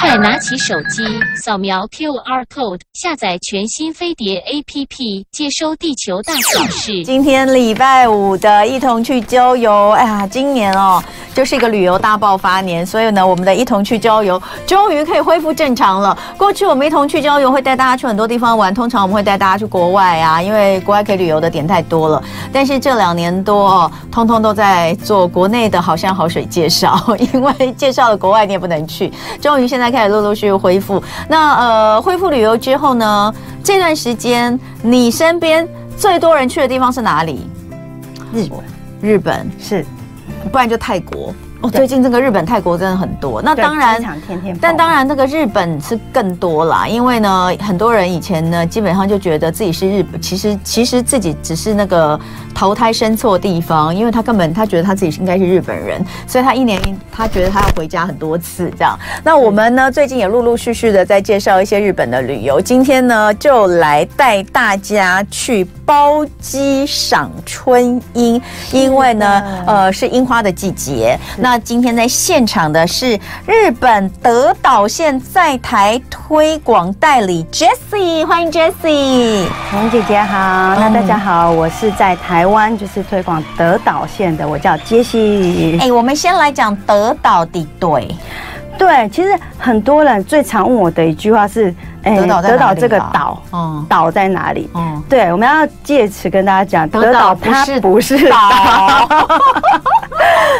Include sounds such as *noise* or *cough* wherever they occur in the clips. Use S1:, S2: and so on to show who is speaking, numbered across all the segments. S1: 快拿起手机，扫描 QR code，下载全新飞碟 APP，接收地球大小事。
S2: 今天礼拜五的一同去郊游，哎呀，今年哦，就是一个旅游大爆发年，所以呢，我们的一同去郊游终于可以恢复正常了。过去我们一同去郊游会带大家去很多地方玩，通常我们会带大家去国外啊，因为国外可以旅游的点太多了。但是这两年多哦，通通都在做国内的好山好水介绍， *laughs* 因为介绍了国外你也不能去。终于现在开始陆陆续续恢复。那呃，恢复旅游之后呢，这段时间你身边最多人去的地方是哪里？嗯
S3: 日本
S2: 日本，
S3: 是
S2: 不然就泰国。哦，
S3: 对
S2: 最近这个日本、泰国真的很多。那
S3: 对
S2: 当然
S3: 机。场天天爆
S2: 但当然，那个日本是更多啦，因为呢，很多人以前呢，基本上就觉得自己是日本，其实其实自己只是那个投胎生错地方，因为他根本他觉得他自己应该是日本人，所以他一年他觉得他要回家很多次这样。那我们呢，最近也陆陆续续的在介绍一些日本的旅游，今天呢就来带大家去包机赏春樱，因为呢，呃，是樱花的季节。那今天在现场的是日本德岛县在台推广代理 Jessie，欢迎 Jessie。
S3: 红姐姐好，
S2: 嗯
S3: 那大家好，我是在台湾就是推广德岛县的，我叫杰西。
S2: 哎，我们先来讲德岛地对，
S3: 对，其实很多人最常问我的一句话是，哎
S2: 德岛在哪里啊
S3: 这个岛，
S2: 哦
S3: 岛在哪里？
S2: 哦，
S3: 对，我们要借此跟大家讲，
S2: 德岛不
S3: 它
S2: 是
S3: 不是岛， *laughs*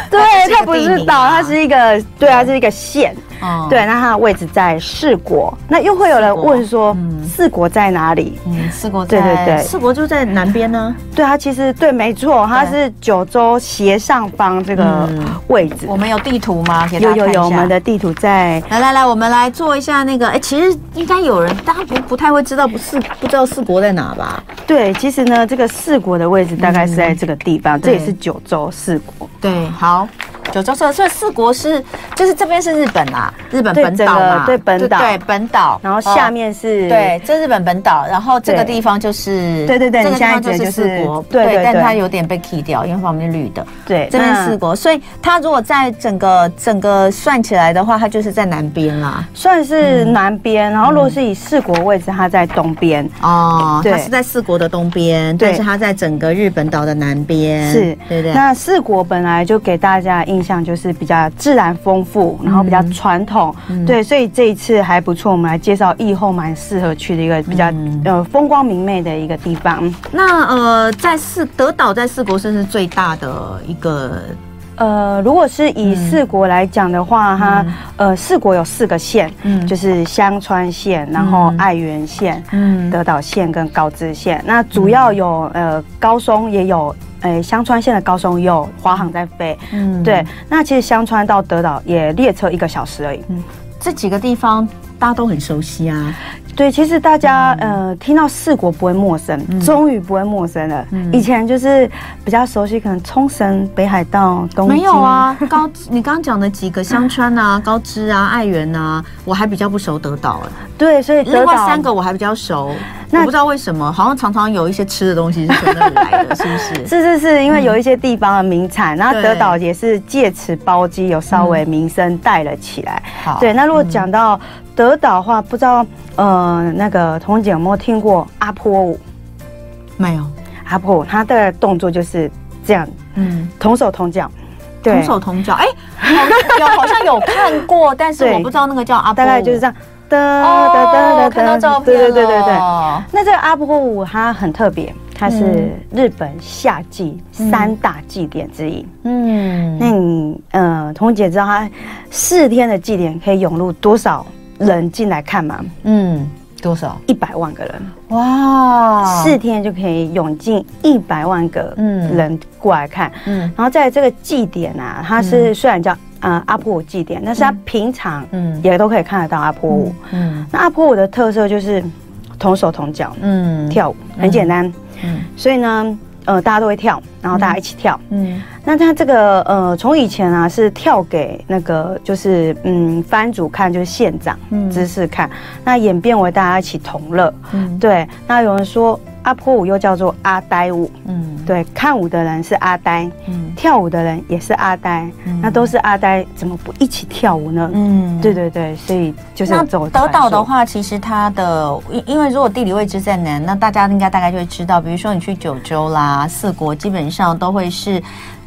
S3: 对，它
S2: 它
S3: 不
S2: 不是一个地
S3: 是
S2: 名
S3: 岛，
S2: 啊
S3: 它是一个，对，它是一个县。
S2: 哦，
S3: 对，那它的位置在四国，那又会有人问说
S2: 四国嗯
S3: 四国在哪里？
S2: 嗯，四国
S3: 对对对
S2: 四国就在南边呢。
S3: 对，它其实对，没错，它
S2: 对
S3: 是九州斜上方这个
S2: 嗯
S3: 位置。
S2: 我们有地图吗？给大
S3: 有
S2: 家
S3: 有
S2: 看一
S3: 有，我
S2: 下
S3: 们的地图在。
S2: 来来来，我们来做一下那个，哎，其实应该有人，大家不不太会知道，不是不知道四国在哪吧？
S3: 对，其实呢，这个四国的位置大概是在这个地方，这也是九州四国。
S2: 对，好，九州社，所以四国是就是这边是日本啊，日本
S3: 对
S2: 本岛嘛，
S3: 整个对本岛
S2: 对本岛，
S3: 然后下
S2: 哦。
S3: 面是、
S2: 对，这日本本岛，然后这个
S3: 对
S2: 地方就是，
S3: 对对对
S2: 这个
S3: 你
S2: 地
S3: 现在
S2: 方就
S3: 觉
S2: 是
S3: 得就是
S2: 四国，
S3: 对对
S2: 但
S3: 对
S2: 它有点被 key 掉，因为旁边是绿的，
S3: 对，
S2: 这边
S3: 那
S2: 四国，所以它如果在整个整个算起来的话，它就是在南边啦，
S3: 算是南边，然后如果是以四国位置，它在东边。
S2: 哦，
S3: 对
S2: 它是在四国的东边，
S3: 对
S2: 但是它在整个日本岛的南边，
S3: 是，
S2: 对不对？
S3: 那四国本来就给大家的印象就是比较自然丰富，然后比较传统，
S2: 嗯
S3: 对，所以这一次还不错。我们来介绍疫后蛮适合去的一个比较、
S2: 嗯
S3: 呃风光明媚的一个地方。
S2: 那呃，在四德岛在四国算是最大的一个，
S3: 呃，如果是以四国来讲的话，它呃四国有四个县，
S2: 嗯
S3: 就是香川县，然后
S2: 嗯
S3: 爱媛县、
S2: 嗯，
S3: 德岛县跟高知县。那主要有呃高松也有。呃，香川县的高松也有华航在飞，
S2: 嗯
S3: 对，，那其实香川到德岛也列车一个小时而已。
S2: 嗯这几个地方大家都很熟悉啊，
S3: 对，其实大家、
S2: 嗯
S3: 呃听到四国不会陌生，终于不会陌生了。
S2: 嗯
S3: 以前就是比较熟悉，可能冲绳、北海道、东京。
S2: 没有，啊，高你刚刚讲的几个香川
S3: *laughs*
S2: 啊、高知啊、爱媛啊，我还比较不熟德岛哎、
S3: 对，所以德
S2: 另外
S3: 岛
S2: 三个我还比较熟，我
S3: 那
S2: 不知道为什么，好像常常有一些吃的东西是从那里来
S3: *laughs*
S2: 的，是不是？
S3: 是是是，因为有一些地方的名产，然后
S2: 嗯对
S3: 德岛也是借此包机，有稍微名声带了起来。
S2: 好
S3: 对，那如果讲到德岛的话，不知道呃那个彤姐有没有听过阿波舞？
S2: 没有，
S3: 阿波舞她的动作就是这样，
S2: 嗯。
S3: 同手同脚。对
S2: 同手同脚，哎、好有好像有看过，但是
S3: 对
S2: 我不知道那个叫阿波舞，
S3: 大概就是这样。哒
S2: 哦，
S3: 哒哒哒
S2: 看到照片
S3: 对
S2: 了，
S3: 对对对对。那这个阿波舞它很特别，它是
S2: 嗯
S3: 日本夏季三大祭典之一。
S2: 嗯，
S3: 那你呃，彤姐知道它四天的祭典可以涌入多少人进来看吗？
S2: 嗯多少？
S3: 一百万个人，
S2: 哇，
S3: 四，天就可以涌进一百万个
S2: 哦嗯
S3: 人过来看。
S2: 嗯
S3: 然后在这个祭典啊，它是虽然叫呃阿波舞祭典，但是它平常
S2: 嗯
S3: 也都可以看得到阿波舞。
S2: 嗯
S3: 那阿波舞的特色就是同手同脚
S2: 嗯，
S3: 跳舞，很简单。
S2: 嗯
S3: 所以呢，呃，大家都会跳，然后大家一起跳。
S2: 嗯
S3: 那它这个呃，从以前啊是跳给那个就是嗯番主看，就是县长
S2: 嗯
S3: 知识看，那演变为大家一起同乐。
S2: 嗯，
S3: 对，那有人说阿坡舞又叫做阿呆舞，
S2: 嗯
S3: 对，看舞的人是阿呆，
S2: 嗯
S3: 跳舞的人也是阿呆，那都是阿呆，怎么不一起跳舞呢？
S2: 嗯
S3: 对对对，所以就是
S2: 那
S3: 有这种
S2: 德岛
S3: 传
S2: 的
S3: 说，
S2: 话，其实它的因因为如果地理位置在南，那大家应该大概就会知道，比如说你去九州啦、四国，基本上都会是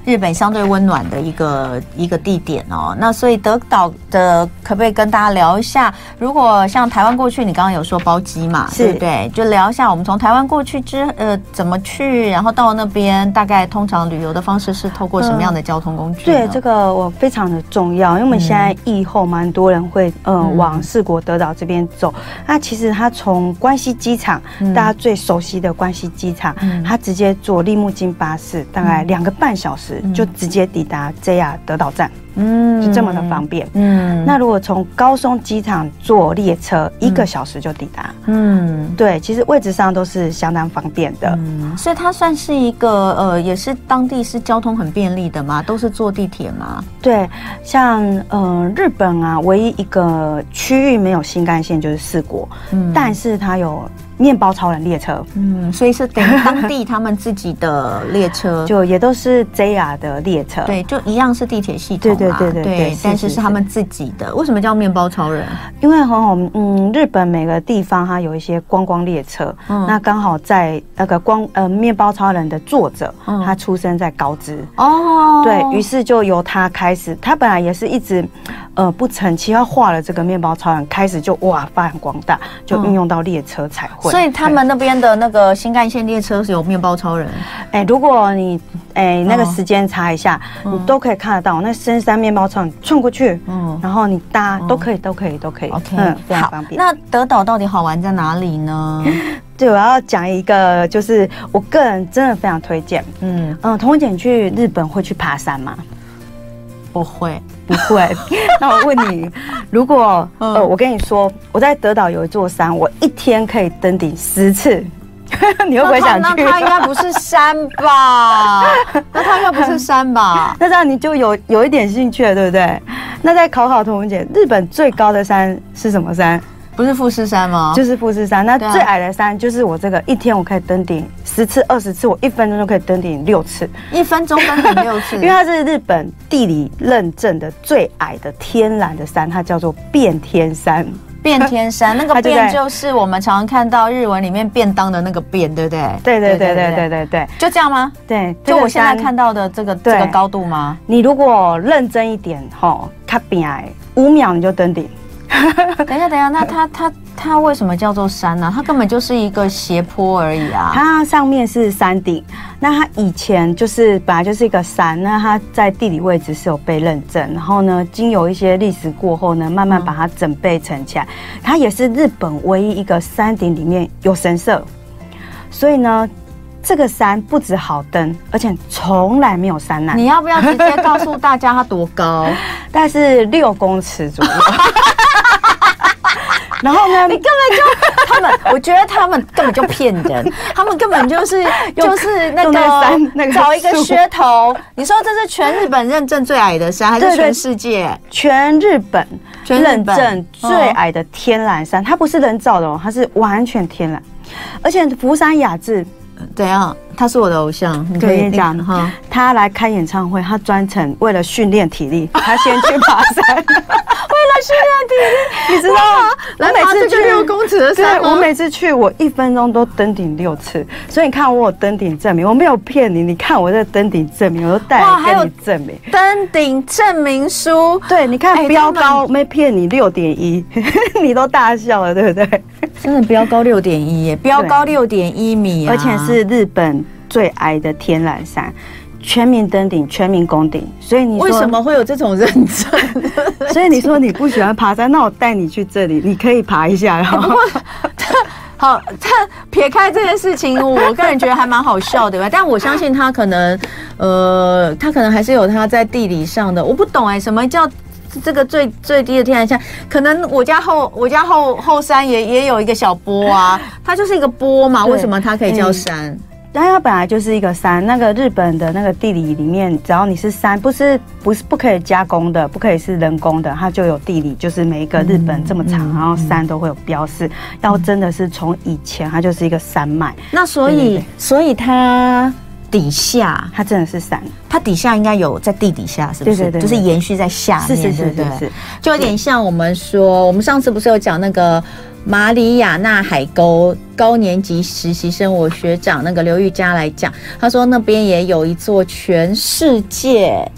S2: 日本相对温暖的一个一个地点哦。那所以德岛的可不可以跟大家聊一下？如果像台湾过去，你刚刚有说包机嘛，
S3: 是
S2: 对不对？就聊一下我们从台湾过去之呃怎么去，然后到那边大概通常旅游的方式是透过什么样的交通工具呢？
S3: 嗯对这个我非常的重要，因为我们现在疫后蛮多人会呃
S2: 嗯
S3: 往四国德岛这边走。那其实它从关西机场，
S2: 嗯
S3: 大家最熟悉的关西机场
S2: 嗯，
S3: 它直接坐立木津巴士，大概两个半小时
S2: 嗯
S3: 就直接抵达 JR 德岛站，
S2: 嗯
S3: 就这么的方便。
S2: 嗯
S3: 那如果从高松机场坐列车，一个小时就抵达。
S2: 嗯。
S3: 对，其实位置上都是相当方便的。
S2: 嗯，所以它算是一个呃，也是当地是交通很便利的嘛，都是坐地铁嘛。
S3: 对，像呃日本啊，唯一一个区域没有新干线就是四国，
S2: 嗯
S3: 但是它有面包超人列车，，
S2: 嗯，所以是等于当地他们自己的列车
S3: *laughs* 就也都是 JR 的列车。
S2: 嗯对，就一样是地铁系统嘛，啊
S3: 对对对对对是
S2: 但是
S3: 是
S2: 是他们自己的。为什么叫面包超人？
S3: 因为很好，嗯，日本每个地方它有一些观光列车，
S2: 嗯
S3: 那刚好在那个光呃面包超人的作者，
S2: 嗯
S3: 他出生在高知。
S2: 哦
S3: 对于是就由他开始，他本来也是一直，呃不成器，他画了这个面包超人，开始就哇发扬光大，就运用到列车彩
S2: 嗯
S3: 绘。
S2: 所以他们那边的那个新干线列车是有面包超人，
S3: 对，哎，如果你哎那个
S2: 嗯
S3: 时间查一下，
S2: 嗯
S3: 你都可以看得到，那深山面包超人冲过去，
S2: 嗯。
S3: 然后你搭
S2: 嗯
S3: 都可以，都可以，都可以。
S2: 哦
S3: 嗯
S2: OK，、
S3: 非常方便。那
S2: 那德岛到底好玩在哪里呢？
S3: 对，我要讲一个，就是我个人真的非常推荐。
S2: 嗯，
S3: 嗯，童文姐，你去日本会去爬山吗？
S2: 不会，
S3: 不
S2: *laughs*
S3: 会。那我问你，如果
S2: 嗯
S3: 呃，我跟你说，我在德岛有一座山，我一天可以登顶十次， *laughs* 你会不会想
S2: 那它？
S3: 去
S2: 那它应该不是山吧？那它应该不是山吧？
S3: *laughs* 那这样你就有有一点兴趣了，对不对？那再考考童文姐，日本最高的山是什么山？
S2: 不是富士山吗？
S3: 就是富士山。那
S2: 对啊
S3: 最矮的山就是我这个，一天我可以登顶十次、二十次，我一分钟就可以登顶六次，
S2: 一分钟登顶六次，
S3: *laughs* 因为它是日本地理认证的最矮的天然的山，它叫做变天山。
S2: 变天山，那个
S3: 它就在
S2: 变就是我们常常看到日文里面便当的那个变，对不对？
S3: 对对对对对，对对
S2: 就这样吗？
S3: 对，
S2: 就我现在
S3: 看。
S2: 看到的这个这
S3: 对
S2: 个高度
S3: *laughs*
S2: 吗？
S3: 你如果认真一点，吼，卡比哎，五秒你就登顶。
S2: 等一下，等一下，那它它它为什么叫做山呢、它根本就是一个斜坡而已
S3: *laughs*
S2: 啊。
S3: 它上面是山顶，那它以前就是本来就是一个山，那它在地理位置是有被认证，然后呢，经有一些历史过后呢，慢慢把它整备成起来。它也是日本唯一一个山顶里面有神社，所以呢，这个山不止好登，而且从来没有山难
S2: 你，要不要直接告诉大家它多高？
S3: 大概是六公
S2: *laughs*
S3: 尺左右。然后
S2: 根
S3: 呢？
S2: 本就他们，我觉得他们根本就骗
S3: *laughs*
S2: 人，他们根本就是
S3: 用
S2: 就是那
S3: 用那个
S2: 个
S3: 山那个
S2: 找一个
S3: 树
S2: 噱头。你说这是全日本认证最矮的山，还是
S3: 对对
S2: 全世界？
S3: 全日本
S2: 全日
S3: 认
S2: 本嗯
S3: 证最矮的天然山，它不是人造的，哦，它是完全天然。而且福山雅治
S2: 怎样？啊他是我的偶像，你
S3: 对你讲
S2: 嗯哈。
S3: 他来开演唱会，他专程为了训练体
S2: *laughs*
S3: 力，他先去爬山，为了训练体力，你知道吗？我
S2: 来爬这个六公尺的山
S3: 对，
S2: 吗
S3: 我每次去，我一分钟都登顶六次，所以你看我有登顶证明，我没有骗你，你看我这登顶证明，我都带
S2: 哇还有
S3: 来跟你证明。
S2: 登顶证明书，
S3: *laughs* 对，你看
S2: 哎
S3: 标
S2: 他
S3: 高没骗你六点一， *laughs* 你都大笑了，对不对？
S2: 真的标高六点一耶，标高六点一米啊、
S3: 而且是日本最矮的天然山，全民登顶，全民攻顶。所以你说
S2: 为什？么会有这种认证？
S3: *laughs* 所以你说你不喜欢爬山，那我带你去这里，你可以爬一下。然
S2: *laughs*
S3: 后
S2: 好， *laughs* 但撇开这件事情，我个人觉得还蛮好笑的吧。但我相信他可能，呃，他可能还是有他在地理上的，我不懂哎、什么叫这个最最低的天然山？可能我家后我家后后山也也有一个小波啊，它就是一个波嘛，
S3: 对嗯
S2: 为什么它可以叫山？
S3: 但它本来就是一个山，那个日本的那个地理里面，只要你是山，不是不是不可以加工的，不可以是人工的，它就有地理，就是每一个日本这么长，
S2: 嗯
S3: 然后山都会有标示。要真的是从以前，它就是一个山脉，
S2: 那所
S3: 对对
S2: 以
S3: 对，
S2: 所以它底下，
S3: 它真的是山，
S2: 它底下应该有在地底下，是不是？
S3: 对对对对
S2: 就是延续在下
S3: 是
S2: 面，
S3: 是是
S2: 对
S3: 是
S2: 不对
S3: 是，
S2: 就有点像我们说，我们上次不是有讲那个马里亚纳海沟高年级实习生，我学长那个刘玉佳来讲，他说那边也有一座全世界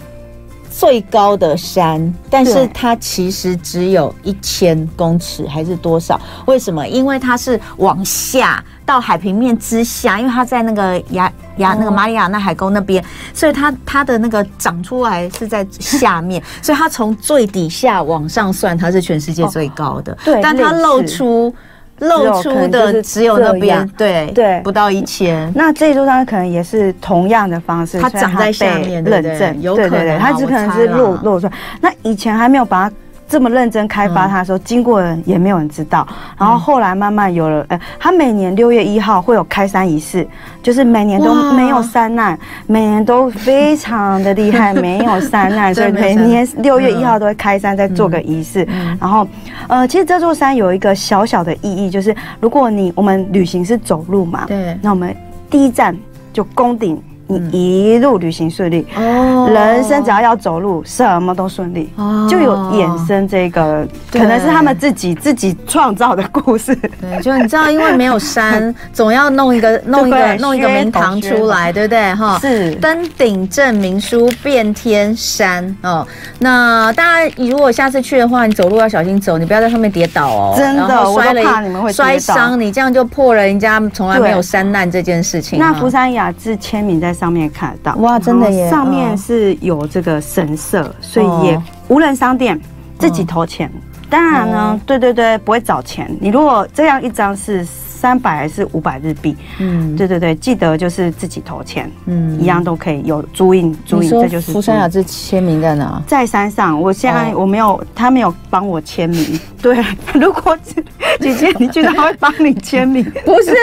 S2: 最高的山，但是
S3: 对
S2: 它其实只有一千公尺还是多少？为什么？因为它是往下到海平面之下，因为它在那个亚亚那个马里亚纳海沟那边，所以它它的那个长出来是在下
S3: *laughs*
S2: 面，所以它从最底下往上算，它是全世界最高的。
S3: 哦对
S2: 但它
S3: 类似
S2: 露出露出
S3: 只有可能就
S2: 的
S3: 是
S2: 只有那
S3: 这
S2: 边
S3: 样，
S2: 对
S3: 对
S2: 不到一千。
S3: 那这座山可能也是同样的方式，
S2: 嗯它
S3: 虽然
S2: 长在下
S3: 被
S2: 面对
S3: 认
S2: 不对
S3: 证，
S2: 有可能啊
S3: 对对对它只可能是
S2: 我猜
S3: 露
S2: 啦
S3: 露出来。那以前还没有把它。这么认真开发
S2: 嗯
S3: 它的时候，经过的人也没有人知道。然后后来慢慢有了，呃，它每年六月一号会有开山仪式，就是每年都
S2: 哇
S3: 没有山难，每年都非常的
S2: *laughs*
S3: 厉害，没有山难，所以
S2: 真嗯没
S3: 每
S2: 山难
S3: 年六月一号都会开山，再做个仪式。然后，呃，其实这座山有一个小小的意义，就是如果你我们旅行是走路嘛，
S2: 对
S3: 那我们第一站就攻顶，你一路旅行顺利。
S2: 哦
S3: 人生只要要走路，什么都顺利，
S2: 哦
S3: 就有衍生这个，
S2: 对
S3: 可能是他们自己自己创造的故事。
S2: 对，就你知道，因为没有
S3: *laughs*
S2: 山，总要弄一个弄一个
S3: 对
S2: 弄一个
S3: 噱头
S2: 名堂出来，对不对？哈，
S3: *laughs* 是
S2: 登顶证明书遍天山哦。那大家如果下次去的话，你走路要小心走，你不要在上面跌倒哦。
S3: 真的
S2: 然后摔了一
S3: 我都怕你们会跌倒
S2: 摔伤，你这样就破了人家从来没有山难这件事情啊。
S3: 那福山雅治签名在上面看得到，
S2: 哇真的耶
S3: 然后上面
S2: 嗯
S3: 是有这个神社，所
S2: 哦嗯
S3: 以也无人商店自己投钱。当然
S2: 哦
S3: 呢，对对对，不会找钱。你如果这样一张是三百还是五百日币，
S2: 嗯
S3: 对对对，记得就是自己投钱，
S2: 嗯
S3: 一样都可以有租印租
S2: 你
S3: 印，
S2: 说
S3: 这就是
S2: 福山
S3: 租印
S2: 雅治签名在哪？
S3: 在山上，我现在
S2: 哦
S3: 我没有，他没有帮我
S2: *laughs*
S3: 签名。对，如果是姐姐你去，他会帮你
S2: *laughs*
S3: 签名。。
S2: 不是，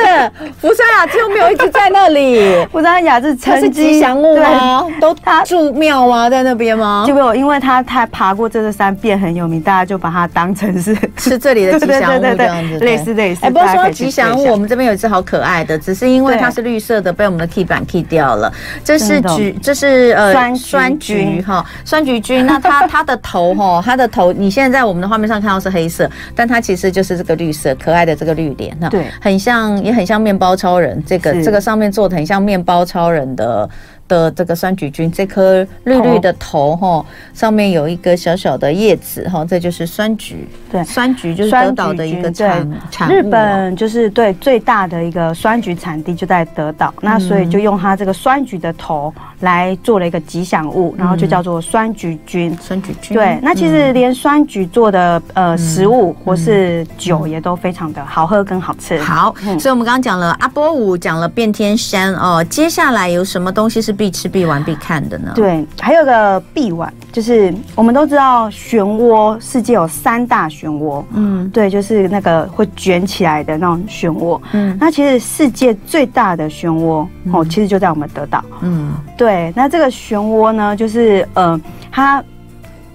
S2: 福山雅治又没有一直在那里
S3: 福山雅治
S2: 它
S3: 曾
S2: 是
S3: 经
S2: 吉祥物
S3: 对
S2: 吗？都住庙吗？在那边吗？
S3: 啊结果因为他太爬过这座山，变很有名，大家就把它当成是
S2: 是这里的吉祥物
S3: 对对对对
S2: 这样子，
S3: 类似类似
S2: 哎，不过
S3: 大家
S2: 说
S3: 可以去
S2: 吉祥
S3: 对
S2: 物，
S3: 一下
S2: 我们这边有一只好可爱的，只是因为
S3: 对
S2: 它是绿色的，被我们的 key 板 key 掉了。这是
S3: 真的哦
S2: 橘，这是呃
S3: 酸橘
S2: 橘哈，酸橘菌。那它它的头哈，它的头，你现在在我们的画面上看到是黑色，但它其实就是这个绿色可爱的这个绿脸，那
S3: 对
S2: 很像也很像面包超人。这个
S3: 是
S2: 这个上面做的很像面包超人的。的这个酸橘菌，这颗绿绿的头哈，上面有一个小小的叶子哈，这就是酸橘。
S3: 对
S2: 酸橘就是
S3: 酸
S2: 德
S3: 橘
S2: 岛的一个
S3: 菌
S2: 产
S3: 对
S2: 产物啊
S3: 日本就是对最大的一个酸橘产地就在德岛，
S2: 嗯
S3: 那所以就用它这个酸橘的头来做了一个吉祥物，然后
S2: 嗯
S3: 就叫做酸橘菌。
S2: 酸橘菌。
S3: 对，那其
S2: 嗯
S3: 实连酸橘做的呃食物或是酒也都非常的好喝跟好吃。
S2: 好，
S3: 嗯
S2: 所以我们刚刚讲了阿波舞，讲了变天山哦，接下来有什么东西是必吃、必玩、必看的呢？，
S3: 对，还有个臂碗，就是我们都知道漩涡，世界有三大漩涡，
S2: 嗯
S3: 对，就是那个会卷起来的那种漩涡。
S2: 嗯
S3: 那其实世界最大的漩涡哦，其实就在我们德岛。
S2: 嗯，
S3: 对，那这个漩涡呢，就是呃，它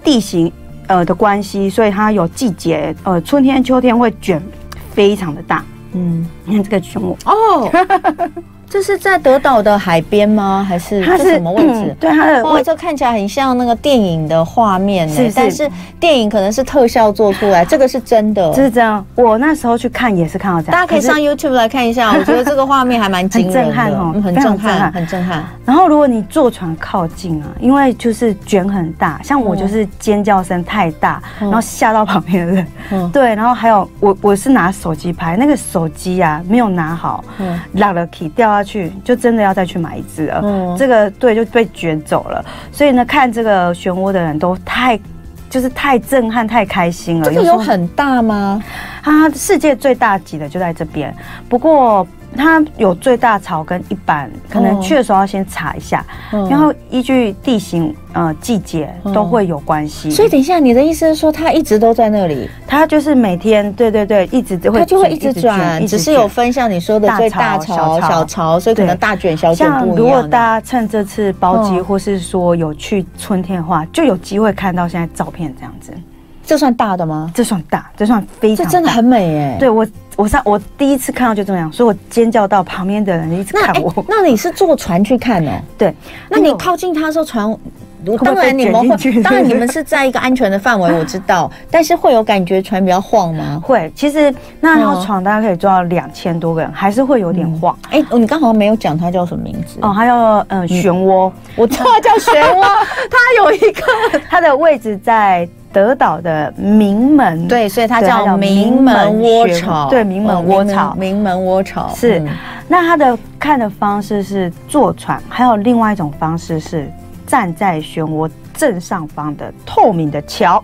S3: 地形呃的关系，所以它有季节，呃，春天、秋天会卷非常的大。
S2: 嗯，
S3: 你看这个漩涡，
S2: 哦，这是在德岛的海边吗？还是
S3: 它
S2: 这
S3: 是
S2: 什么位置
S3: 嗯？对，它的
S2: 哇，
S3: 位
S2: 这看起来很像那个电影的画面呢、
S3: 是是
S2: 但是电影可能是特效做出 *laughs* 来，这个是真的。哦
S3: 就是这样。我那时候去看也是看到这样，
S2: 大家可以
S3: 是
S2: 上 YouTube 来看一下，我觉得这个画面还蛮 *laughs* 惊人的，
S3: 很震撼哦
S2: 嗯很
S3: 非常
S2: 震撼，
S3: 震撼
S2: 很震撼。
S3: 然后如果你坐船靠近啊，因为就是卷很大，像
S2: 嗯
S3: 我就是尖叫声太大，然后吓到旁边的人。
S2: 嗯
S3: *laughs* 对，然后还有我我是拿手机拍，那个手机啊没有拿好，
S2: 嗯
S3: 落了 key 掉下去，就真的要再去买一只了。
S2: 嗯
S3: 这个对就被卷走了，所以呢，看这个漩涡的人都太。就是太震撼、太开心了。
S2: 这个
S3: 时候
S2: 有很大吗？
S3: 它世界最大级的就在这边，不过它有最大草跟一般，可能
S4: 哦
S3: 去的时候要先查一下，
S2: 嗯
S3: 然后依据地形、呃季节都会有关系。
S2: 哦所以等一下，你的意思是说它一直都在那里，
S3: 它就是每天，对对对，一直会
S2: 它就会一
S3: 卷
S2: 直转，只是有。分像你说的
S3: 大
S2: 最
S3: 潮
S2: 大潮、
S3: 小潮
S2: 小潮，所以可能
S3: 对
S2: 大卷、小
S3: 卷
S2: 卷
S3: 像
S2: 不
S3: 如
S2: 一
S3: 果
S2: 样
S3: 大
S2: 的。
S3: 家趁这次包机，
S2: 嗯
S3: 或是说有去春天的话，就有机会看到现在照片这样子。
S2: 这算大的吗？
S3: 这算大，这算非
S2: 这
S3: 常
S2: 真的
S3: 大
S2: 很美哎。
S3: 对我，我上我第一次看到就这么样，所以我尖叫到旁边的人一直
S2: 那
S3: 看
S2: 哎
S3: 我。，
S2: 那你是坐船去看哦？
S3: 对，
S2: 那你靠近它的时候，船。
S3: 不会
S2: 当然
S3: 被
S2: 你
S3: 卷
S2: 们
S3: 进去 *laughs*
S2: 会，当然你们是在一个安全的范围，我知道，但是会有感觉船比较晃吗？
S3: 会，其实那
S2: 嗯
S3: 条床大概可以坐到两千多个人，还是会有点晃。
S2: 哎，你刚好没有讲它叫什么名字
S3: 哦，，还有呃漩涡，
S2: 嗯 *laughs* 我知道它叫漩涡，它有一个
S3: *laughs* 它的位置在德岛的名门。
S2: 嗯对，所以它
S3: 对它
S2: 叫
S3: 叫
S2: 鸣
S3: 名
S2: 门
S3: 门
S2: 窝
S3: 学
S2: 巢，
S3: 对鸣门
S2: 哦
S3: 窝巢
S2: 鸣门窝巢
S3: 是
S2: 嗯
S3: 那它的看的方式是坐船，还有另外一种方式是站在漩涡正上方的透明的桥，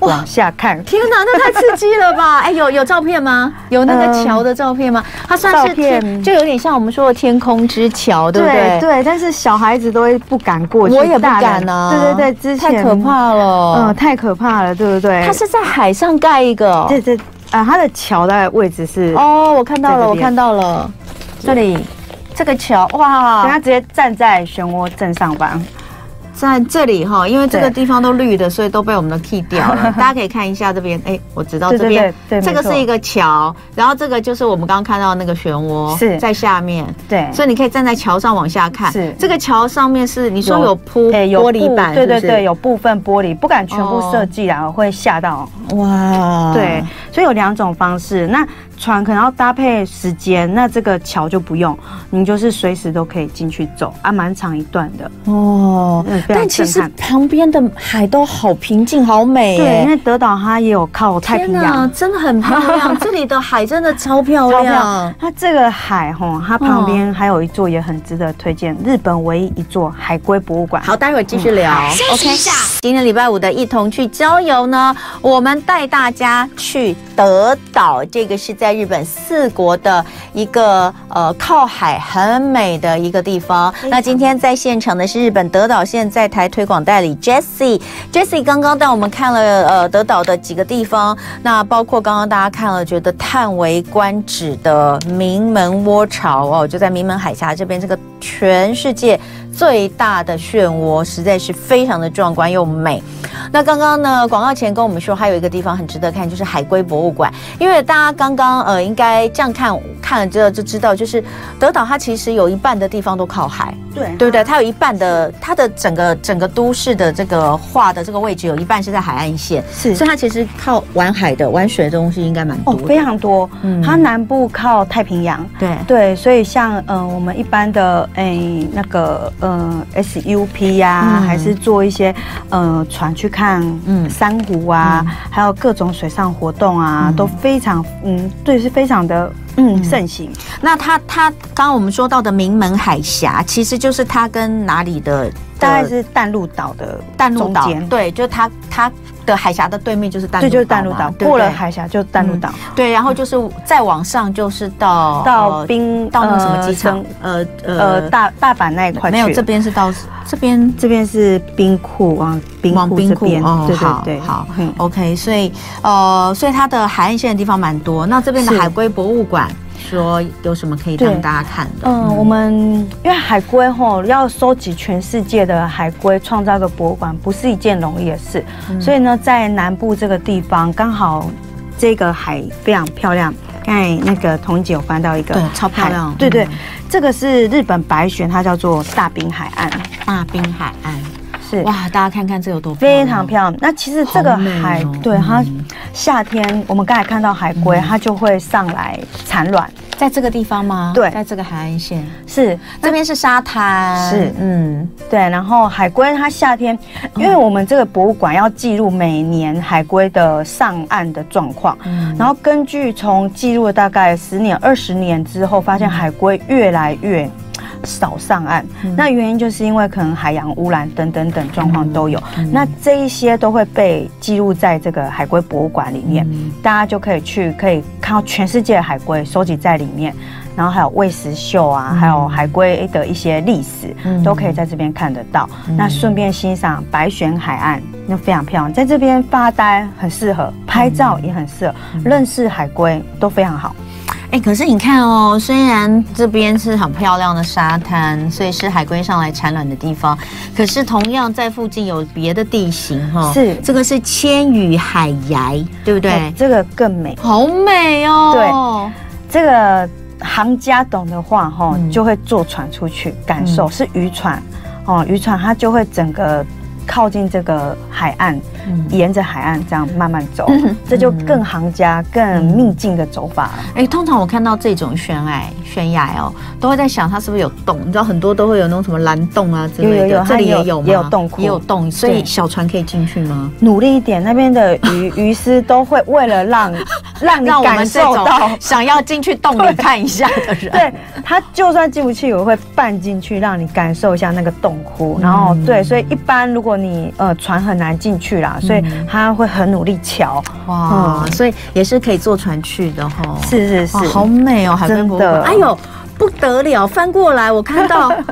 S3: 往下看。
S2: 天哪，那太刺激了吧！哎，有有照片吗？有那个
S3: 嗯
S2: 桥的照片吗？它算是
S3: 照片
S2: 天，就有点像我们说的天空之桥，对不对？
S3: 对对，但是小孩子都会不敢过去，
S2: 我也不
S3: 大人
S2: 敢啊！
S3: 对对对，之前
S2: 太可，怕
S3: 嗯、
S2: 了。
S3: 太可怕了，对不对？
S2: 它是在海上盖一个哦
S3: 这这啊，它的桥的位置是，哦、
S2: 哦，我看到
S3: 在
S2: 了，
S3: 这边
S2: 我看到了，这里这个桥哇
S3: 它，直接站在漩涡正上方。
S2: 在这里哈，因为这个
S3: 对
S2: 地方都绿的，所以都被我们的 key 掉了。
S3: *laughs*
S2: 大家可以看一下这边，哎，我知道
S3: 对
S2: 这
S3: 对
S2: 边
S3: 对对
S2: 这个
S3: 没错
S2: 是一个桥，然后这个就是我们刚刚看到那个漩涡
S3: 是
S2: 在下面。
S3: 对，
S2: 所以你可以站在桥上往下看，
S3: 是
S2: 这个桥上面是你说
S3: 有
S2: 有铺
S3: 哎有
S2: 玻璃
S3: 部
S2: 板，
S3: 对
S2: 是不哦
S3: 对
S2: 是
S3: 对，有部分玻璃，不敢全部设计啦，会吓
S2: 哦
S3: 到。
S2: 哇，
S3: 对，所以有两种方式。那船可能要搭配时间，那这个桥就不用，您就是随时都可以进去走啊，蛮长一段的。
S2: 哦
S3: 嗯，非常
S2: 但其实
S3: 震撼
S2: 旁边的海都好平静，好美耶
S3: 对，因为德岛它也有靠太平
S2: 天哪
S3: 洋，
S2: 真的很漂 *laughs* 亮，这里的海真的超漂
S3: 钞
S2: 亮嗯
S3: 票。。它这个海吼，它旁边还有一座也很值得推荐，日本唯一一座海龟博物馆。
S2: 好，待会儿继续聊。
S1: 休息一下。
S2: 今天礼拜五的一同去郊游呢，我们带大家去德岛，这个是在日本四国的一个呃靠海很美的一个地方。那今天在现场的是日本德岛县在台推广代理 Jessie。Jessie 刚刚带我们看了呃德岛的几个地方，那包括刚刚大家看了觉得叹为观止的名门窝巢哦，就在名门海峡这边这个全世界最大的漩涡，实在是非常的壮观又美。那刚刚呢，广告前跟我们说还有一个地方很值得看，就是海龟博物馆。因为大家刚刚呃，应该这样看看了之后就知道，就是德岛它其实有一半的地方都靠海，
S3: 对
S2: 对不对？它有一半的它的整个整个都市的这个画的这个位置，有一半是在海岸线，
S3: 是
S2: 所以它其实靠玩海的、玩水的东西应该蛮多
S3: 哦，
S2: 的。
S3: 非常多
S2: 嗯。
S3: 它南部靠太平洋，
S2: 对，
S3: 对，所以像嗯、呃我们一般的哎、那个呃 SUP 呀、
S2: 嗯
S3: 还是做一些呃船去看
S2: 嗯
S3: 嗯珊瑚啊、
S2: 嗯
S3: 还有各种水上活动啊，
S2: 嗯
S3: 都非常嗯对，是非常的嗯盛行。
S2: 那它它刚刚我们说到的名门海峡，其实就是它跟哪里的呃
S3: 大概是淡路岛的
S2: 淡路岛
S3: 中间，
S2: 对，就它它的海峡的对面就是淡路
S3: 对，
S2: 岛嘛，
S3: 就是淡路岛，
S2: 对不对嗯
S3: 过了海峡就是淡路岛，
S2: 对，然后就是再往上就是到
S3: 到
S2: 呃
S3: 冰
S2: 到那个什么机场
S3: 呃，
S2: 呃
S3: 呃大大阪那一块
S2: 没有
S3: 去
S2: 这边是到这边
S3: 这边是冰库往冰
S2: 往
S3: 库
S2: 冰
S3: 这
S2: 库
S3: 边，
S2: 哦
S3: 对，对
S2: 好
S3: 对，
S2: 好
S3: 嗯
S2: OK，所以呃，所以它的海岸线的地方蛮多。那这边的
S3: 是
S2: 海龟博物馆说有什么可以
S3: 对
S2: 让大家看的？
S3: 嗯，我们因为海龟吼要收集全世界的海龟，创造一个博物馆不是一件容易的事，
S2: 嗯
S3: 所以呢，在南部这个地方刚好这个海非常漂亮。刚才那个彤姐有翻到一个
S2: 对
S3: 海，
S2: 超漂亮
S3: 对对
S2: 嗯，
S3: 这个是日本白舷，它叫做大滨海岸，
S2: 嗯大滨海岸，
S3: 是
S2: 哇，大家看看这有多
S3: 非常漂亮。那其实这个
S2: 哦好美哦
S3: 海，对
S2: 嗯
S3: 它夏天，我们刚才看到海龟，它就会上来产卵，
S2: 亮，在这个地方吗？
S3: 对
S2: 在这个海岸线，
S3: 是
S2: 这边是沙滩，
S3: 是
S2: 嗯，
S3: 对，然后海龟它夏天，因为我们这个博物馆要记录每年海龟的上岸的状况，
S2: 嗯
S3: 然后根据从记录大概十年、二十年之后，发现
S2: 嗯
S3: 海龟越来越。少上岸，
S2: 嗯
S3: 那原因就是因为可能海洋污染等等等状况都有，
S2: 嗯
S3: 那这一些都会被记录在这个海龟博物馆里面，大家就可以去可以看到全世界的海龟收集在里面，然后还有喂食秀啊，还有海龟的一些历史，
S2: 嗯
S3: 都可以在这边看得到。那顺便欣赏白玄海岸，那非常漂亮，在这边发呆很适合，拍照也很适合，认识海龟都非常好。
S2: 哎、可是你看哦，虽然这边是很漂亮的沙滩，所以是海龟上来产卵的地方，可是同样在附近有别的地形哈、
S3: 是
S2: 这个是千羽海崖，对不对
S3: 哦？这个更美。
S2: 好美哦！
S3: 这个行家懂的话，哈、
S2: 嗯
S3: 就会坐船出去感受，是渔船哦，渔船它就会整个靠近这个海岸，
S2: 嗯
S3: 沿着海岸这样慢慢走，这就更行家、更秘境的走法了。
S2: 哎、通常我看到这种悬崖悬崖哦，都会在想它是不是有洞。你知道很多都会有那种什么蓝洞啊之类的，
S3: 有有有
S2: 这里也
S3: 它有
S2: 有吗？
S3: 也有洞窟
S2: 也有洞，所以
S3: 对
S2: 小船可以进去吗？
S3: 努力一点，那边的渔渔师都会为
S2: *laughs*
S3: 了让让你
S2: 让我
S3: 感
S2: 们这
S3: 受
S2: 种
S3: 到。
S2: *laughs* 想要进去洞里看一下的人，
S3: *laughs* 对他就算进不去，也会拌进去，让你感受一下那个洞窟。
S2: 嗯
S3: 然后对，所以一般如果你呃船很难进去啦，所以
S2: 嗯
S3: 他会很努力瞧。
S2: 哇，所以也是可以坐船去的哈、哦。
S3: 是是是
S2: 哇，，好美哦，海边博物
S3: 真
S2: 馆。
S3: 的
S2: 哎呦，不得了，翻过来我看 *laughs* 到，哎，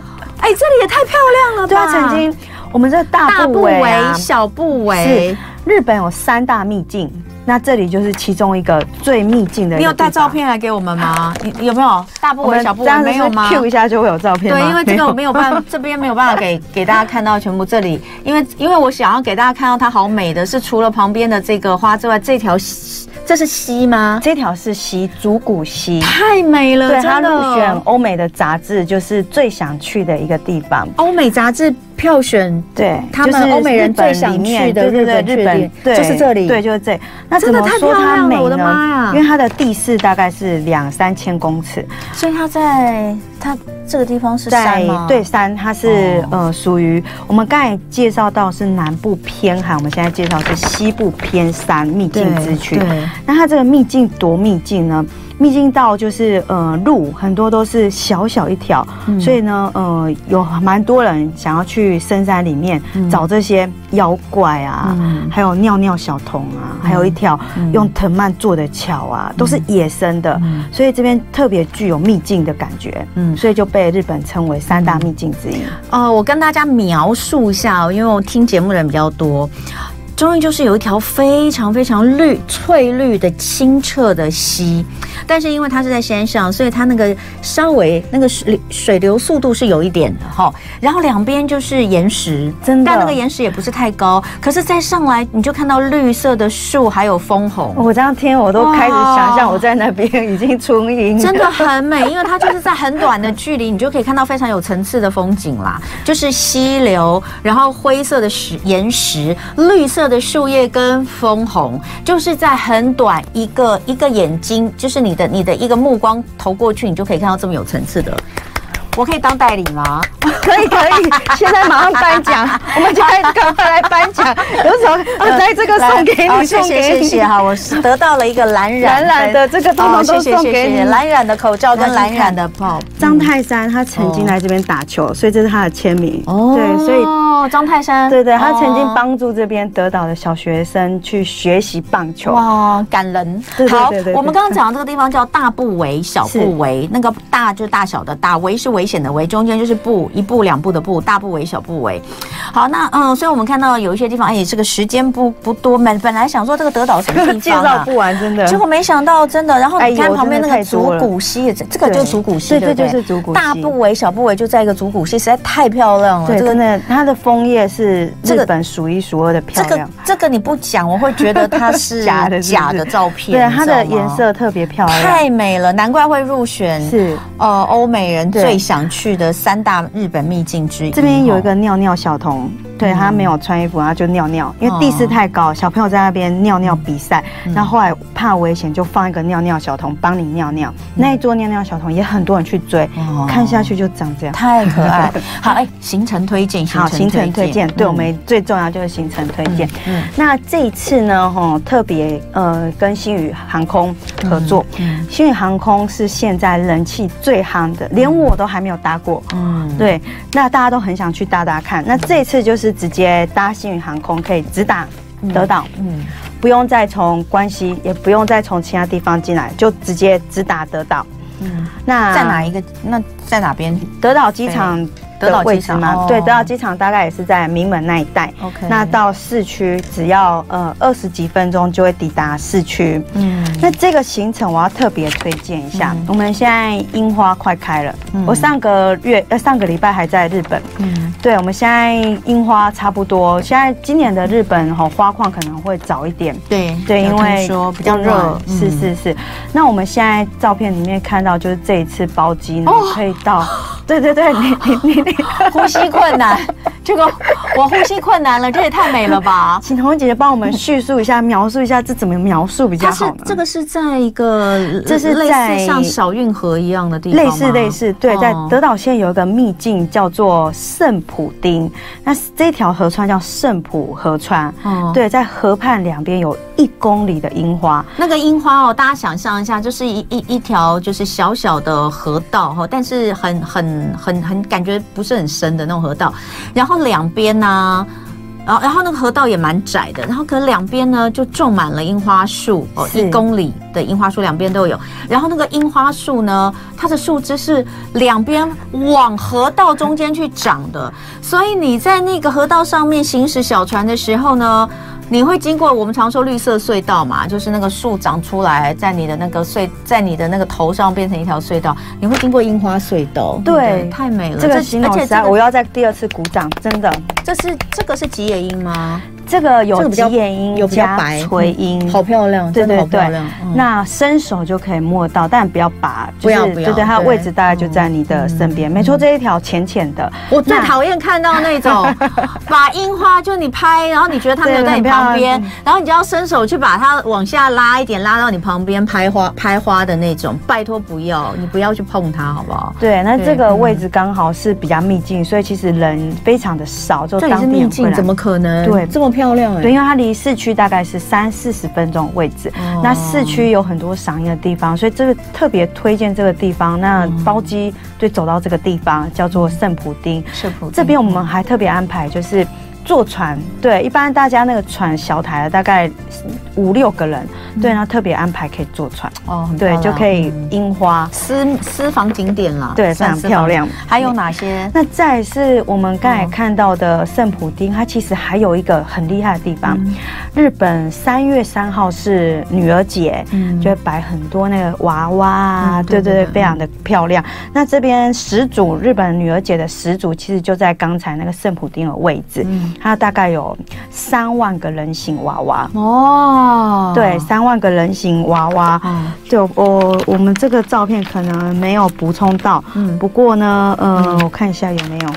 S2: 这里也太漂亮了吧！
S3: 对啊，曾经我们这大
S2: 大哎
S3: 部
S2: 部
S3: 围
S2: 围
S3: 啊、，
S2: 小部
S3: 是
S2: 围，
S3: 日本有三大秘境，那这里就是其中一个最秘境的。
S2: 你有带照？片来给我们吗？你有没有大部
S3: 我
S2: 围、
S3: 们
S2: 小部围
S3: 这样子
S2: 没有吗？
S3: Q 一下就会有照片吗
S2: 对，因为这个我没有办
S3: 法。
S2: *laughs* 法，这边没有办法给给大家看到全部。这里，因为因为我想要给大家看到它好美的是，除了旁边的这个花之外，这条溪，这是溪吗？
S3: 这条是溪，竹谷溪。
S2: 太美了，
S3: 对，
S2: 真
S3: 它
S2: 的
S3: 入选欧美的杂志，就是最想去的一个地方。
S2: 欧美杂志票选，
S3: 对，
S2: 他们
S3: 就是
S2: 欧美人
S3: 日本
S2: 最想
S3: 里面
S2: 去的
S3: 对对对
S2: 日本去
S3: 日
S2: 的
S3: 本
S2: 地，
S3: 对，
S2: 就是这里
S3: 对，就是这里。那
S2: 真
S3: 怎
S2: 的
S3: 么
S2: 太
S3: 说
S2: 漂
S3: 它
S2: 亮了
S3: 美
S2: 我的妈呀
S3: 呢？因为它的地势大概是两三千公尺，
S2: 所以它在它这个地方是山
S3: 在
S2: 吗？哦
S3: 对，山，它是呃属于我们刚才介绍到是南部偏海，我们现在介绍是西部偏山秘境之区。
S2: 对
S3: 那它这个秘境多秘境呢？秘境到就是呃路很多都是小小一条，
S2: 嗯
S3: 所以呢呃有蛮多人想要去深山里面
S2: 嗯
S3: 找这些妖怪啊，还有尿尿小童啊，还有一条用藤蔓做的桥啊，都是野生的，所以这边特别具有秘境的感觉，
S2: 嗯
S3: 嗯，所以就被日本称为三大秘境之一。
S2: 呃，我跟大家描述一下哦，因为我听节目的人比较多。中间就是有一条非常非常绿、翠绿的清澈的溪，但是因为它是在山上，所以它那个稍微那个水水流速度是有一点的哈。然后两边就是岩石，
S3: 真的
S2: 但那个岩石也不是太高，可是再上来你就看到绿色的树，还有枫红。
S3: 我这样听，我都开始想象
S2: 哇
S3: 我在那边已经出
S2: *laughs*
S3: 营，
S2: 真的很美，因为它就是在很短的距离，你就可以看到非常有层次的风景啦。就是溪流，然后灰色的石岩石、绿色的树叶跟枫红，就是在很短一个一个眼睛，就是你的你的一个目光投过去，你就可以看到这么有层次的。我可以当代理吗？
S3: 可以可以，现在马上颁奖，我们就来赶快来颁奖，有什么？我在啊这个送给
S2: 好
S3: 你，
S2: 谢
S3: 送
S2: 谢
S3: 给
S2: 谢
S3: 你
S2: 谢。哈，我是得到了一个蓝染
S3: 蓝染的这个通通都
S2: 谢谢
S3: 送给
S2: 谢谢
S3: 你
S2: 蓝染的口罩跟蓝染的泡
S3: 张泰山他曾经来这边打球，所以这是他的签名。对，所以。
S2: 以哦张泰山
S3: 对对，他曾经
S2: 哦
S3: 帮助这边德岛的小学生去学习棒球。
S2: 哇，感人！
S3: 哦对对
S2: 好
S3: 对对，对
S2: 我们刚刚讲的这个地方叫大步围、小步围，那个大就是大小的大，围是危险的围，中间就是步，一步两步的步，大步围、小步围。好，那嗯，所以我们看到有一些地方，哎，这个时间不不多，本本来想说这个德岛什么地
S3: 介
S2: 方
S3: 绍
S2: 啊
S3: 不。完，真的。
S2: 结果没想到，真的。然后
S3: 哎
S2: 你
S3: 呦
S2: 看旁边那
S3: 真的
S2: 个
S3: 太
S2: 竹
S3: 多了
S2: 谷溪也，这个
S3: 对
S2: 就是竹谷溪，
S3: 对
S2: 对不
S3: 对
S2: 对，
S3: 就是竹谷溪
S2: 大步围、小步围就在一个竹谷溪，实在太漂亮了。
S3: 对，
S2: 这个
S3: 真的，它的枫叶是
S2: 这个
S3: 日本数一数二的漂
S2: 这个
S3: 亮。
S2: 这个你不讲，我会觉得它是
S3: *laughs* 假的是不是
S2: 假的照片。
S3: 对，
S2: 你
S3: 它
S2: 知道
S3: 的
S2: 吗
S3: 颜色特别漂亮。
S2: 太美了，难怪会入选
S3: 是，
S2: 呃欧美人
S3: 对
S2: 最想去的三大日本秘境之一。
S3: 这边有一
S2: 哦
S3: 个尿尿小童，
S2: 嗯
S3: 对他没有穿衣服，他就尿尿，
S2: 哦
S3: 因为地势太高，小朋友在那边尿尿比赛，
S2: 嗯
S3: 然后后来怕危险，就放一个尿尿小童帮你尿尿。那一桌尿尿小童也很多人去追
S2: 嗯哦，
S3: 看下去就长这样。
S2: 太可
S3: *laughs*
S2: 爱。好，哎，行程推荐，
S3: 好，行程推荐，对我
S2: 嗯
S3: 们最重要就是行程推荐。
S2: 嗯
S3: 那这一次呢，哈，特别呃跟星宇航空合作，
S2: 嗯
S3: 星宇航空是现在人气最夯的，连我都还没有搭过。
S2: 嗯，
S3: 对，那大家都很想去搭搭看。那这一次就是直接搭星宇航空，可以直达德岛，
S2: 嗯，
S3: 不用再从关西，也不用再从其他地方进来，就直接直达德岛。嗯，那
S2: 在哪一个？那在哪边
S3: 德岛机场
S2: 德岛
S3: 的
S2: 机
S3: 位置
S2: 场哦
S3: 吗？对，德岛机场大概也是在名门那一带。
S2: ？OK，
S3: 那到市区只要呃二十几分钟就会抵达市区。
S2: 嗯
S3: 那这个行程我要特别推荐一下。我们现在樱花快开了，我上个月呃上个礼拜还在日本。
S2: 嗯
S3: 对，我们现在樱花差不多，现在今年的日本吼、花况可能会早一点。
S2: 对
S3: 对，因
S2: 有
S3: 为
S2: 听说比较热嗯
S3: 暖，是是是。那我们现在照片里面看到，就是这一次包机呢，你可以
S2: *laughs*
S3: 到，对对对，你你你你，
S2: 嗯哦 *laughs* 呼吸困难，这个我呼吸困难了，这也太美了吧！
S3: *laughs* 请彤姐姐帮我们叙述一下，描述一下这怎么描述比较
S2: 它是
S3: 好呢？
S2: 这个是在一个，
S5: 这是
S2: 类
S3: 在
S2: 似像小运河一样的地方
S3: 类
S2: 吗，
S3: 似类似，对，在
S2: 哦
S3: 德岛县有一个秘境叫做圣普町，那这条河川叫圣普河川。
S2: 哦，
S3: 对，在河畔两边有一公里的樱花，
S2: 那个樱花哦，大家想象一下，就是一一一条就是小小的河道哈，但是很很很很感觉不是很深的那种河道，然后两边呢、然后然后那个河道也蛮窄的，然后可是两边呢就种满了樱花树哦，
S3: 是
S2: 一公里的樱花树两边都有，然后那个樱花树呢，它的树枝是两边往河道中间去长的，所以你在那个河道上面行驶小船的时候呢，你会经过我们常说绿色隧道嘛，就是那个树长出来，在你的那个隧，在你的那个头上变成一条隧道，你会经过樱花隧道，
S3: 对
S2: 不太美了。
S3: 这个形容
S2: 而且
S3: 词
S2: 嗯这
S3: 啊，我
S2: 个哦
S3: 要再第二次鼓掌，真的，
S2: 这是这个是吉野樱吗？
S3: 这个
S2: 这
S3: 有
S2: 个比
S3: 吉
S2: 较
S3: 野樱
S2: 有比较
S3: 加
S2: 白嗯
S3: 垂樱，
S2: 好漂亮，
S3: 对
S2: 真的好
S3: 对
S2: 漂
S3: 对
S2: 亮。嗯，
S3: 那伸手就可以摸到，但不要拔，
S2: 不要不要
S3: 对对，它
S2: 对
S3: 的
S2: 嗯
S3: 位置大概就在你的身边，没错，这一条浅浅的，
S2: 我最
S3: 那
S2: 讨厌看到那种 *laughs* 把樱花，就你拍，然后你觉得它没有
S3: 对
S2: 在你
S3: 很漂
S2: 旁边
S3: 亮，
S2: 然后你就要伸手去把它往下拉一点，拉到你旁边拍花拍花的那种，拜托不要，你不要去碰它，好不好？
S3: 对，那
S2: 对嗯
S3: 这个位置刚好是比较密境，所以其实人非常的少，就
S2: 这里
S3: 当
S2: 是
S3: 地
S2: 秘
S3: 人会
S2: 境，
S3: 来
S2: 怎。么可能？
S3: 对
S2: 这么漂亮哎、
S3: 对，因为它离市区大概是三四十分钟的位置，
S2: 哦
S3: 那市区有很多赏樱的地方，所以这个特别推荐这个地方。那
S2: 嗯
S3: 包机就走到这个地方，叫做圣普丁。
S2: 是普
S3: 这边我们还特别安排就是坐船，对，一般大家那个船小台的大概五六个人，对，然后特别安排可以坐船，
S2: 哦，嗯很
S3: 对
S2: 漂，亮
S3: 就可以
S2: 嗯
S3: 樱花，
S2: 私私房景点啦，
S3: 对，非
S2: 算
S3: 常
S2: 私房
S3: 漂亮
S2: 景。点。还有哪些？
S3: 那再来是我们刚才看到的圣普丁，它其实还有一个很厉害的地方。
S2: 嗯
S3: 日本三月三号是女儿节，
S2: 嗯
S3: 就会摆很多那个娃娃啊，
S2: 嗯对
S3: 对对
S2: 对
S3: 对，
S2: 对
S3: 非常的漂亮。那这边始祖日本女儿节的始祖，其实就在刚才那个圣普丁的位置，
S2: 嗯
S3: 它大概有三万个人形娃娃。
S2: 哦，
S3: 对，三万个人形娃娃，
S2: 哦，
S3: 就我我们这个照片可能没有补充到，
S2: 嗯
S3: 不过呢，呃，我看一下有没有，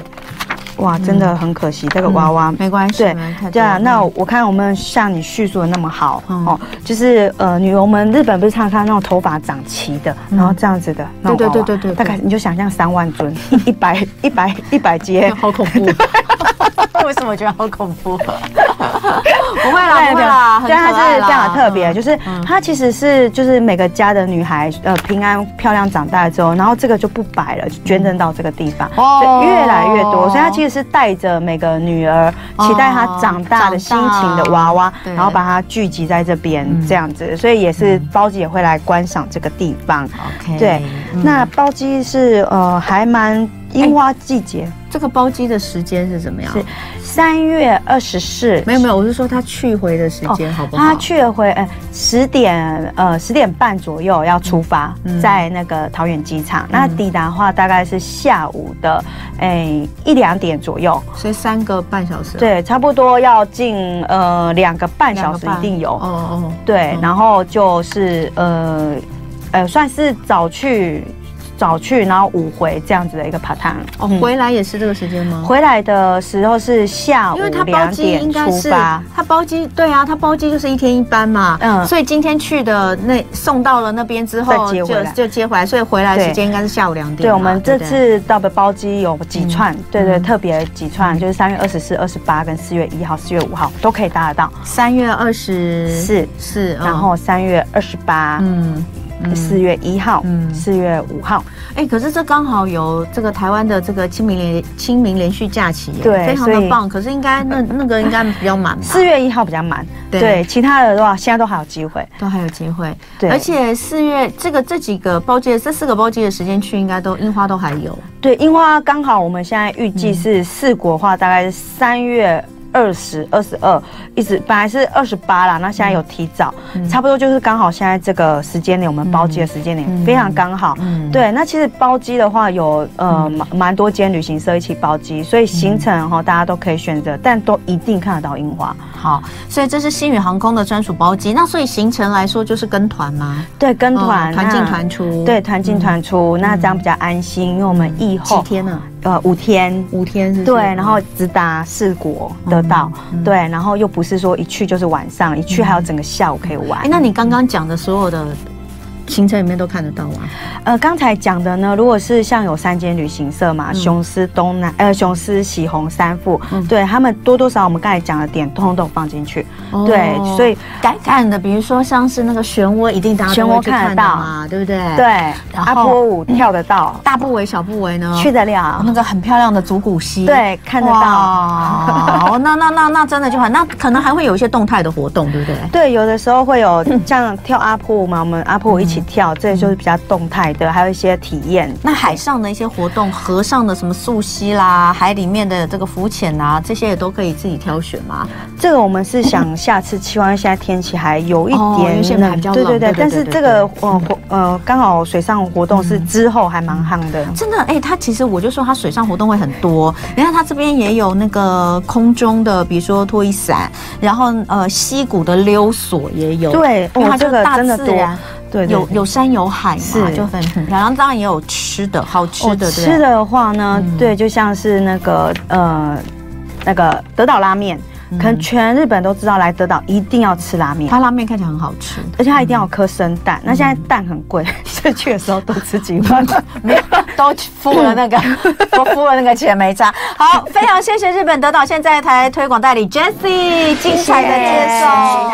S3: 哇，真的很可惜，这个娃娃。
S2: 嗯没关系，没
S3: 对
S2: 关系太多
S3: 对啊，
S2: 了
S3: 那我看我们像你叙述的那么好、
S2: 嗯
S3: 哦，就是呃，女我们日本不是常看那种头发长齐的，然后这样子的，那
S2: 嗯
S3: 种
S2: 对对
S3: 娃娃
S2: 对对对对
S3: 大概你就想象三万尊，一一百一百一百节，
S2: 好恐怖。哎 *laughs* 为什么我觉得好恐
S3: *laughs*
S2: 怖？不会啦，不会啦，很
S3: 对，它
S2: 可爱
S3: 是
S2: 啦
S3: 非常特别，
S2: 嗯
S3: 就是它其实是就是每个家的女孩呃平安漂亮长大之后，然后这个就不摆了，就捐赠到这个地方，
S2: 哦
S3: 所以越来越多，所以它其实是带着每个女儿
S2: 哦
S3: 期待她长大的心
S2: 长大
S3: 情的娃娃，
S2: 对嗯
S3: 然后把它聚集在这边这样子，所以也是包姐也会来观赏这个地方。
S2: OK，
S3: 对
S2: 嗯
S3: 那包机是呃还蛮樱花季节，
S2: 这个包机的时间是怎么样？
S3: 是三月二十四，
S2: 没有没有，我是说他去回的时间好不好？
S3: 他去了回呃十点呃十点半左右要出发，
S2: 嗯
S3: 在那个桃园机场。那抵达的话大概是下午的诶一两点左右，
S2: 所以三个半小时，，
S3: 对，差不多要近呃两个半小时一定有。
S2: 哦哦，
S3: 对
S2: 嗯，
S3: 然后就是呃呃算是早去早去，然后午回这样子的一个 part time。
S2: 哦，
S3: 嗯
S2: 回来也是这个时间吗？
S3: 回来的时候是下午
S2: 因为他包
S3: 两
S2: 机应
S3: 点
S2: 该
S3: 出
S2: 是
S3: 发。
S2: 他包机，对啊，他包机就是一天一班嘛，嗯，
S3: 嗯
S2: 所以今天去的那送到了那边之后，
S3: 再接回
S2: 就
S3: 来
S2: 就接回来，所以回来
S3: 对
S2: 时间应该是下午两点
S3: 对，
S2: 嘛。
S3: 我们这
S2: 不啊对
S3: 次到的包机有几串，对对，
S2: 嗯
S3: 特别几串，就是三月二十四、二十八跟四月一号、四月五号都可以搭得到。
S2: 三月二十
S3: 是，
S2: 是，嗯
S3: 然后三月二十八，
S2: 嗯，
S3: 四月一号
S2: 嗯、
S3: 四月五号，
S2: 哎、可是这刚好有这个台湾的这个清明连清明连续假期耶，
S3: 对
S2: 非常
S3: 所
S2: 的
S3: 以嗯
S2: 棒。可是应该那那个应该比较满吧，
S3: 四月一号比较满，
S2: 对
S3: 对，其他的的话现在都还有机会，
S2: 都还有机会。
S3: 对，
S2: 而且四月这个这几个包机，这四个包机的时间去，应该都樱花都还有。
S3: 对樱花刚好我们现在预计
S2: 嗯
S3: 是四国话大概是三月。二十二十二，一直本来是二十八啦，那现在有提早，
S2: 嗯
S3: 差不多就是刚好现在这个时间点，我们包机的时间点、
S2: 嗯
S3: 非常刚好。
S2: 嗯，
S3: 对，那其实包机的话有呃蛮蛮多间旅行社一起包机，所以行程
S2: 嗯
S3: 哈大家都可以选择，但都一定看得到樱花。
S2: 好，所以这是星宇航空的专属包机。那所以行程来说，就是跟团吗？
S3: 对，跟团
S2: 哦团进
S3: 那
S2: 团出，
S3: 对，团进团出，那这样比较安心，因为我们疫
S2: 几
S3: 后
S2: 天嗯呢？
S3: 呃五天。
S2: 五天是不是
S3: 对，然后直达四国得到，
S2: 嗯
S3: 对，然后又不是说一去就是晚上，一去还有整个下午可以玩。
S2: 哎，那你刚刚讲的所有的行程里面都看得到吗？
S3: 呃，刚才讲的呢，如果是像有三间旅行社
S2: 嗯
S3: 嘛，雄狮东南，呃，雄狮喜红三富，对他们多多少少我们刚才讲的点，通通都放进去。对，
S2: 哦
S3: 所以
S2: 该看的，比如说像是那个漩涡，一定大家都会去看的嘛，对不对？
S3: 对，，
S2: 然
S3: 阿
S2: 后
S3: 波舞跳得到，
S2: 大部为、小部为呢，
S3: 去得了
S2: 哦，那个很漂亮的竹骨溪，
S3: 对，看得到。
S2: 哇， *laughs* 哦，那那那那真的就好，那可能还会有一些动态的活动，对不对？
S3: 对，有的时候会有像跳阿波舞嘛，我们阿波舞一起
S2: 嗯
S3: 跳，这就是比较动态的，还有一些体验。
S2: 那海上的一些活动，河上的什么溯溪啦，海里面的这个浮潜啦，这些也都可以自己挑选嘛。
S3: 这个我们是想下次期望现在天气还有一
S2: 哦因为现
S3: 点
S2: 在还比较
S3: 对
S2: 冷
S3: 对
S2: 对。
S3: 对
S2: 对
S3: 但是
S2: 对嗯
S3: 这个呃活呃刚好水上活动是之后还蛮夯的。
S2: 真的，哎、它其实我就说它水上活动会很多。你看它这边也有那个空中的，比如说拖衣伞，然后呃溪谷的溜索也有。
S3: 对，
S2: 因为它就
S3: 哇，这
S2: 是
S3: 个
S2: 大
S3: 真的
S2: 自
S3: 多，
S2: 然，
S3: 对，对
S2: 有有山有海嘛，
S3: 是
S2: 就很很漂亮。当然也有吃的，好吃
S3: 哦
S2: 的，对不对嗯
S3: 吃的话呢，对，就像是那个呃，那个德岛拉面，
S2: 嗯
S3: 可能全日本都知道来德岛一定要吃拉面。
S2: 它拉面看起来很好
S3: *laughs*
S2: 吃。
S3: 而且它一定要有颗生蛋，那现在蛋很
S2: *laughs*
S3: 贵，所以去的时候多吃几碗。 *laughs*
S6: 没有，都付了那个，都付了那个钱没差。好，非常谢谢日本德岛现在台推广代理 Jessie 精彩的介绍。